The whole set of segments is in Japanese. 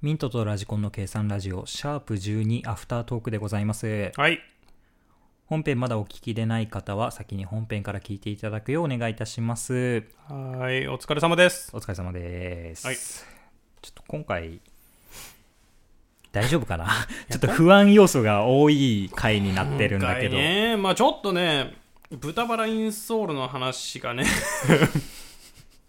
ミントとラジコンの計算ラジオ、シャープ12アフタートークでございます。はい。本編まだお聞きでない方は、先に本編から聞いていただくようお願いいたします。はーい。お疲れ様です。お疲れ様です。はいちょっと今回、大丈夫 かな ちょっと不安要素が多い回になってるんだけど。今回ね、まあちょっとね、豚バラインソールの話 がね、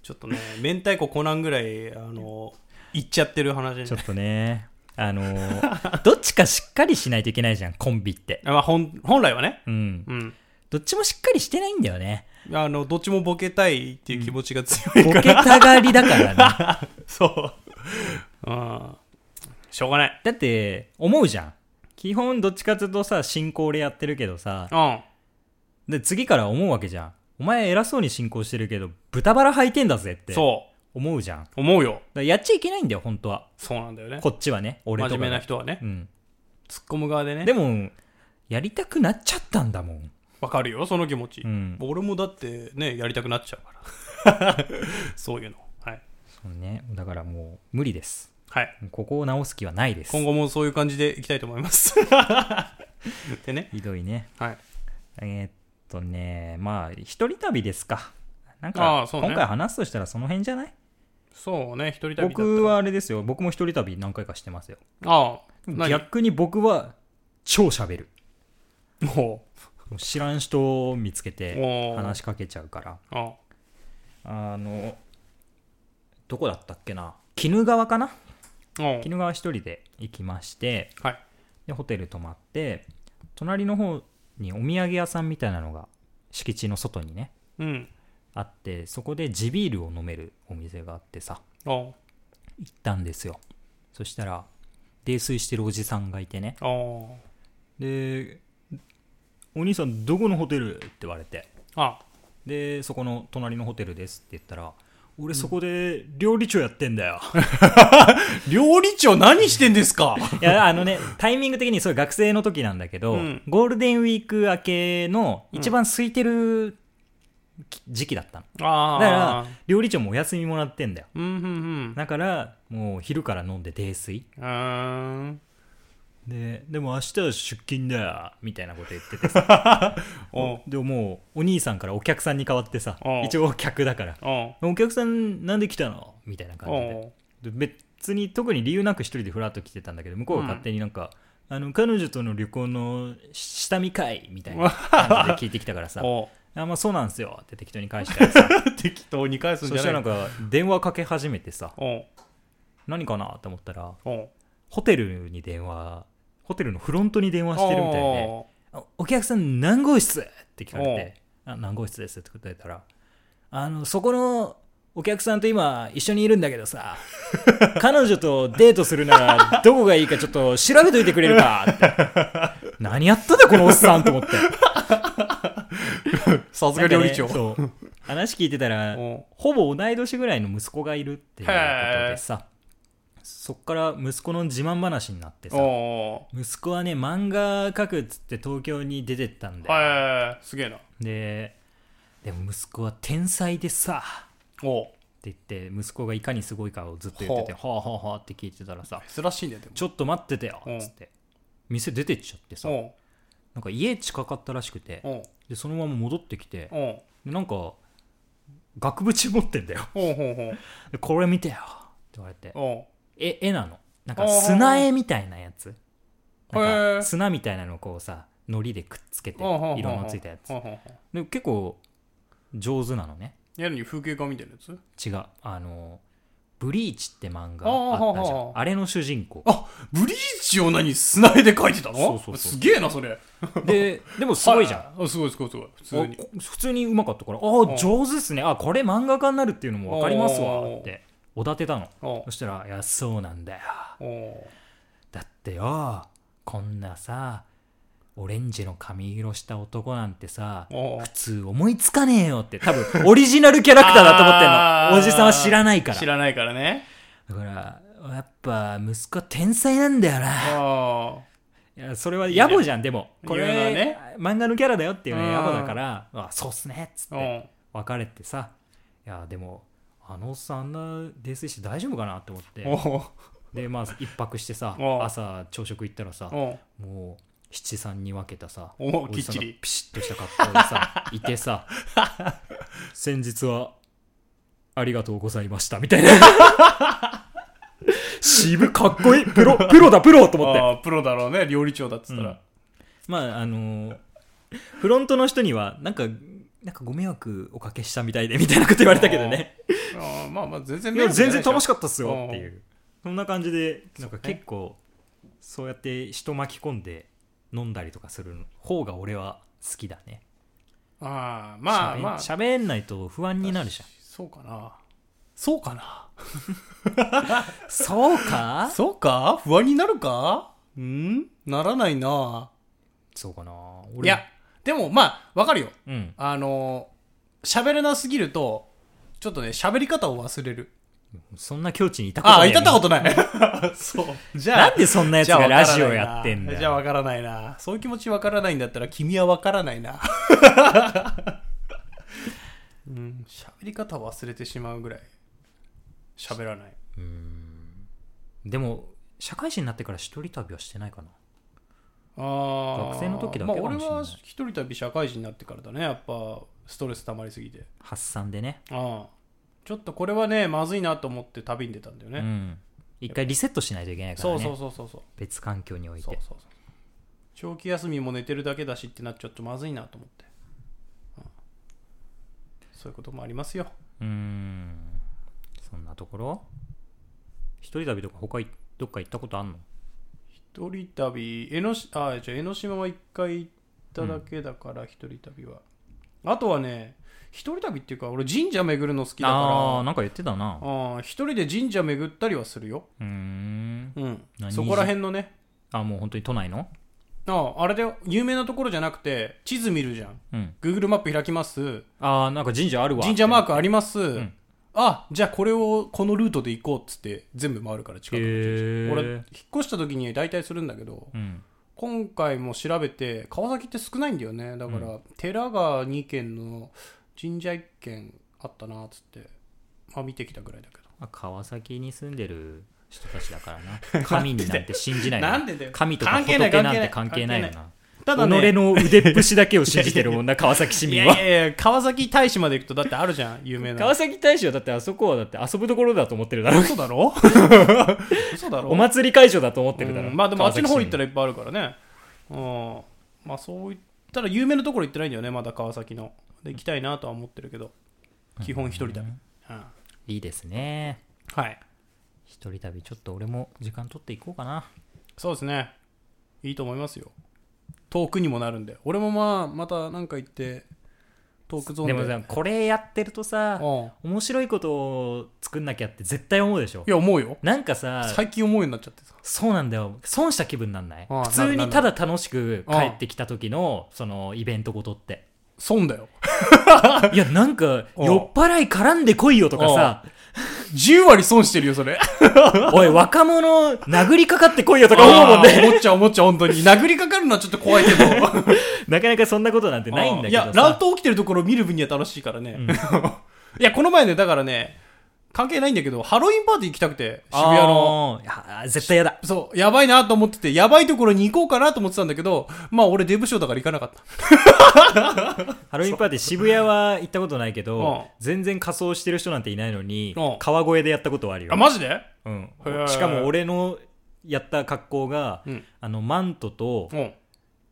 ちょっとね、明太子コナンぐらい、あの、いっちゃってる話ねちょ。っとね、あのー どっちかしっかりしないといけないじゃん、コンビって。あまあ、本本来はね、うん。うん。どっちもしっかりしてないんだよね。あの、どっちもボケたいっていう気持ちが強いボかケら、たがりだからね。 そう。うん。しょうがない。だって、思うじゃん。基本どっちかっていうとさ、進行でやってるけどさ、うん。で、次から思うわけじゃん。お前偉そうに進行してるけど、豚バラ履いてんだぜってそ思うじゃん。だかう。思うよ。らやっちゃいけないんだよ、本当は。そうなんだよね。こっちはね、俺と真かが。面目な人はねう。ん。突っ込む側でねで。も、やりたくなっちゃったんだもん。わかるよ、その気持ち。うん俺もだってね、やりたくなっちゃうから。 そういうの。はい。そうね。だからもう、無理です。はい。ここを直す気はないです。今後もそういう感じでいきたいと思い ます。でね。ひどいね。はい。えーっとね、まあ、一人旅ですか。なんあか、ーそうね今回話すとしたらその辺じゃないそうね、一人旅だったら僕。はあれですよ。僕も一人旅何回かしてますよ。ああ、何逆に僕は、超喋る。も知らん人を見つけう、て、もう、話しかけちゃうから。あああの、どこだったっけな鬼怒川かなうん鬼怒川一人で行きまして、はい。でホテル泊まって隣の方にお土産屋さんみたいなのが敷地の外にねうん。あってそこで地ビールを飲めるお店があってさあ行ったんですよそしたら泥酔してるおじさんがいてねあ、あで「お兄さんどこのホテル?」って言われてあ、あでそこの隣のホテルですって言ったら「俺そこで料理長やってん だよ」あ。料理長何してんですかいや、あのね、タイミング的に、それ学生の時なんだけど、うんゴールデンウィーク明けの一番空いてるき時期だったの。あだあ。から、料理長もお休みもらってんだよ。うん、うん、うん。だから、もう昼から飲んで泥酔。うーん。で、でも明日は出勤だよ、みたいなこと言ってて さ。おうでももう、お兄さんからお客さんに代わってさお、う一応客だから。おうお客さんなんで来たのみたいな感じで。おうで別に特に理由なく一人でふらっと来てたんだけど向こうが勝手になんか、あの彼女との旅行の下見会みたいな感 じで聞いてきたからさおう「あまあ、そうなんすよ」って適当に返 したらさ適当に返すんそじゃしなたいらなんか電話かけ始めてさおう何かなと思ったらおうホテルに電話ホテルのフロントに電話してるみたいでお「あお客さん何号室?」って聞かれて「あ何号室です」って答えたら「あのそこのお客さんと今一緒にいるんだけど さ彼女とデートするならどこがいいかちょっと調べといてくれるか」 って何やったんだこのおっさんと思ってう さすが料理長。なんかねそう話聞いてたらおうほぼ同い年ぐらいの息子がいるっていうことでさそっから息子の自慢話になってさお息子はね漫画描くっつって東京に出てったんーだよはい、すげえな。ででも息子は天才でさおうって言って息子がいかにすごいかをずっと言ってて「はあはあはあ」って聞いてたらさ珍しいね、で「ちょっと待っててよ」うんっつって店出てっちゃってさも。なんか家近かったらしくておうでそのまま戻ってきておうおうでなんか額縁持ってんだよ ほうほうほうでこれ見てよって言われておえ絵なのなんかおー砂絵みたいなやつなんへかー砂みたいなのをこうさのりでくっつけてうおうほうほう色のついたやつほうほうほで結構上手なのねうやるに風景画みたいなやつ違うあのブリーチって漫画あったじゃあーはーんはーあれの主人公あブリーチを何砂絵で描いてたのそうそうそうすげえなそれででもすごいじゃんんあすごいすごいすごい普通にあこ普通にうまかったからああん上手っすねあこれ漫画家になるっていうのも分かりますわおーっておだてたのおそしたら「いやそうなんだよおおだってよこんなさオレンジの髪色した男なんてさお普通思いつかねえよ」って多分オリジナルキャラクターだと思ってんのおじさんは知らないから知らないからねだからやっぱ息子は天才なんだよなあいやそれは野暮じゃんでもこれ言うのはね漫画のキャラだよっていうねうん野暮だからあそうっすねっつっあて別れてさいやでもあのおっさんあんな泥酔して大丈夫かなって思っておおでまあ一泊してさおう朝朝食行ったらさおもう七三に分けたさおうじさんがきっちりピシッとした格好でさ いてさ先日はありがとうございましたみたいな 渋かっこいいプロプロだプロと思ってああプロだろうね料理長だっつったら、まああのーフロントの人にはなんかなんかご迷惑おかけしたみたいでみたいなこと言われたけどねああまあまあ全然いや全然楽しかかったっすよっていうそんな感じでなんか結構そうやって人巻き込んで飲んだりとかする方が俺は好きだねったああまあまあ喋ん喋んないと不安になるじゃんそうかなそうかなそうかそうか不安になるかうんならないなそうかな俺いやでもまあわかるようんあの喋れなすぎるとちょっとね喋り方を忘れるそんな境地にいたことああないいたったことない そうじゃあ なんでそんなやつがラジオやってんだじゃあよわからないな。そういう気持ちわからないんだったら君はわからない な。うん、喋り方忘れてしまうぐらい喋らない。でも社会人になってから一人旅はしてないかなあ学生の時だけまあかもしれ俺ないは一人旅社会人になってからだね。やっぱストレス溜まりすぎて。発散でねああちょっとこれはね、まずいなと思って旅に出たんだよね。うん、一回リセットしないといけないからそねうそうそうそうそう。別環境においてそうそうそう長期休みも寝てるだけだしってなっちゃうとまずいなと思って、うんそういうこともありますようーんそんなところ一人旅とか他いどっか行ったことあんの一人旅江ノしあじゃあ江ノ島は一回行っただけだから、一人旅はあとはね一人旅っていうか俺神社巡るの好きだからああーなんか言ってたなあー一人で神社巡ったりはするよ、うーんうん何、そこら辺のねあもう本当に都内のああれで有名なところじゃなくて地図見るじゃんうん Google マップ開きますああなんか神社あるわ神社マーククあります、んあじゃあこれをこのルートで行こうっつって全部回るから近へくのえ俺引っ越した時に大体するんだけどうん今回も調べて川崎って少ないんだよねだから、寺が2軒の神社1軒あったなっつって、まあ、見てきたぐらいだけどまあ川崎に住んでる人たちだから な神になんて信じないよなんでだよ神とか関係ない仏なんて関関係係なないいよなただね己の腕っぷしだけを信じてる 女川崎市い民やはいやいや川崎大使まで行くとだってあるじゃん有名な川崎大使はだってあそこはだって遊ぶところだと思ってるだろ嘘 だろ嘘だろお祭り会場だと思ってるだろうんまあでもあっちの方行ったららいっぱいあるからねうんまあそういったら有名なところ行ってないんだよねまだ川崎ので行きたいなとは思ってるけど基本一人だ、うんいいですねはい一人旅ちょっと俺も時間取っていこうかなそうですねいいと思いますよ遠くにもなるんで俺もまあまたなんか行ってトークゾーンででもさこれやってるとさうん面白いことを作んなきゃって絶対思うでしょいや思うよなんかさ最近思うようになっちゃってさそうなんだよ損した気分なんないああ普通なにるたなだ楽しく帰ってきた時のそのイベントごと って損だよいやなんかああ酔っ払い絡んでこいよとかさ10割損してるよそれ おい若者殴りかかってこいよとか思うもんね あー思っちゃう思っちゃう本当に殴りかかるのはちょっと怖いけど なかなかそんなことなんてないんだけどあさーいや乱闘起きてるところを見る分には楽しいからね、 いやこの前ねだからね関係ないんだけどハロウィンパーティー行きたくて渋谷のあーいやー絶対やだそうやばいなと思っててやばいところに行こうかなと思ってたんだけどまあ俺デブショーだから行かなかったハロウィンパーティー渋谷は行ったことないけうんど全然仮装してる人なんていないのにうん川越でやったことはあるよあ、マジでうんへ、えしかも俺のやった格好が、うんあのマントと、うん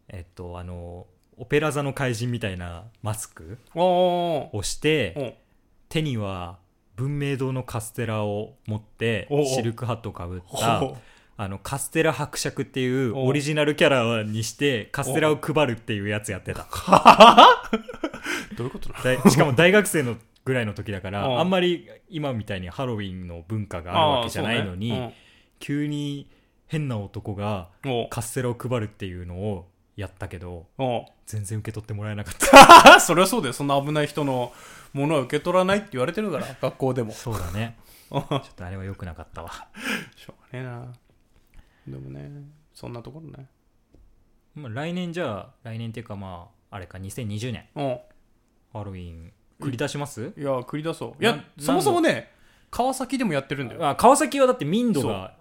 えっと、あのオペラ座の怪人みたいなマスクおーをして、うん手には文明堂のカステラを持っておうおうシルクハットをかぶったほうあのカステラ伯爵っていうおうオリジナルキャラにしてカステラを配るっていうやつや ってたどういうことなのだいしかも大学生のぐらいの時だかうんらあんまり今みたいにハロウィンの文化があるわけじゃないのに、急に変な男がおおカステラを配るっていうのをやったけどお全然受け取ってもらえなかったあ それはそうだよそんな危ない人のものは受け取らないって言われてるから学校でもしそうだねょう がちょっとあれは良くなかったわねえなでもねそんなところねまあ来年じゃあ来年っていうかまああれか2020年うんハロウィン繰り出しますいや繰り出そういやなそもそもね川崎でもやってるんだよあ川崎はだって民度が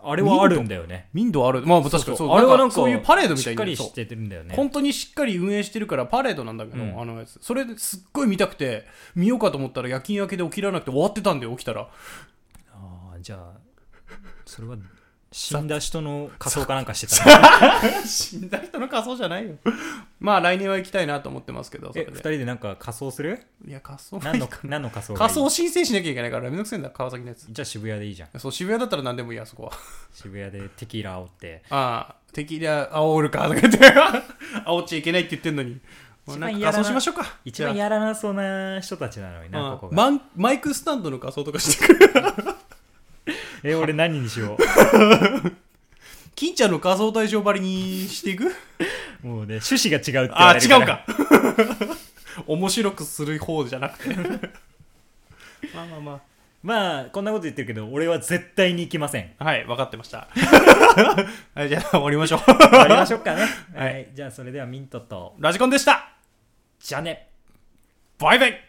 あれはあるんだよね民度あるまあ確かにそうそうあれはなんかそういうパレードみたしいっなかりしててるんだよね本当にしっかり運営してるからパレードなんだけど、うんあのやつそれですっごい見たくて見ようかと思ったら夜勤明けで起きらなくて終わってたんで起きたらああじゃあそれは死んだ人の仮装かなんかして たの死んだ人の仮装じゃないよ まあ来年は行きたいなと思ってますけどそれえ二人ででなんか仮装するいや仮装何の何の仮装がいい仮装申請しなきゃいけないからめんどくせえんだ川崎のやつじゃあ渋谷でいいじゃんそう渋谷だったら何でもいいあそこは渋谷でテキーラ煽ってああ敵で煽るかとか言って 煽っちゃいけないって言ってんのに一な番ん嫌かだな仮装しましょうか一番じゃやらなそうな人たちなのにあなあここが、マンマイクスタンドの仮装とかしてくる え俺何にしよ金ちゃんの仮装対象ばりにして いくうもうね趣旨が違うって言わあ、れ違るらうか。 面白くする方じゃなくて。 まあまあま まあこんなこと言ってるけど俺は絶対に行きま せんあ。はい、分かってました。 はい、じゃあ終わりましょう。終わりましょうかねはいはい、じゃあそれではミントとラジコンでした。じゃあねバイバイ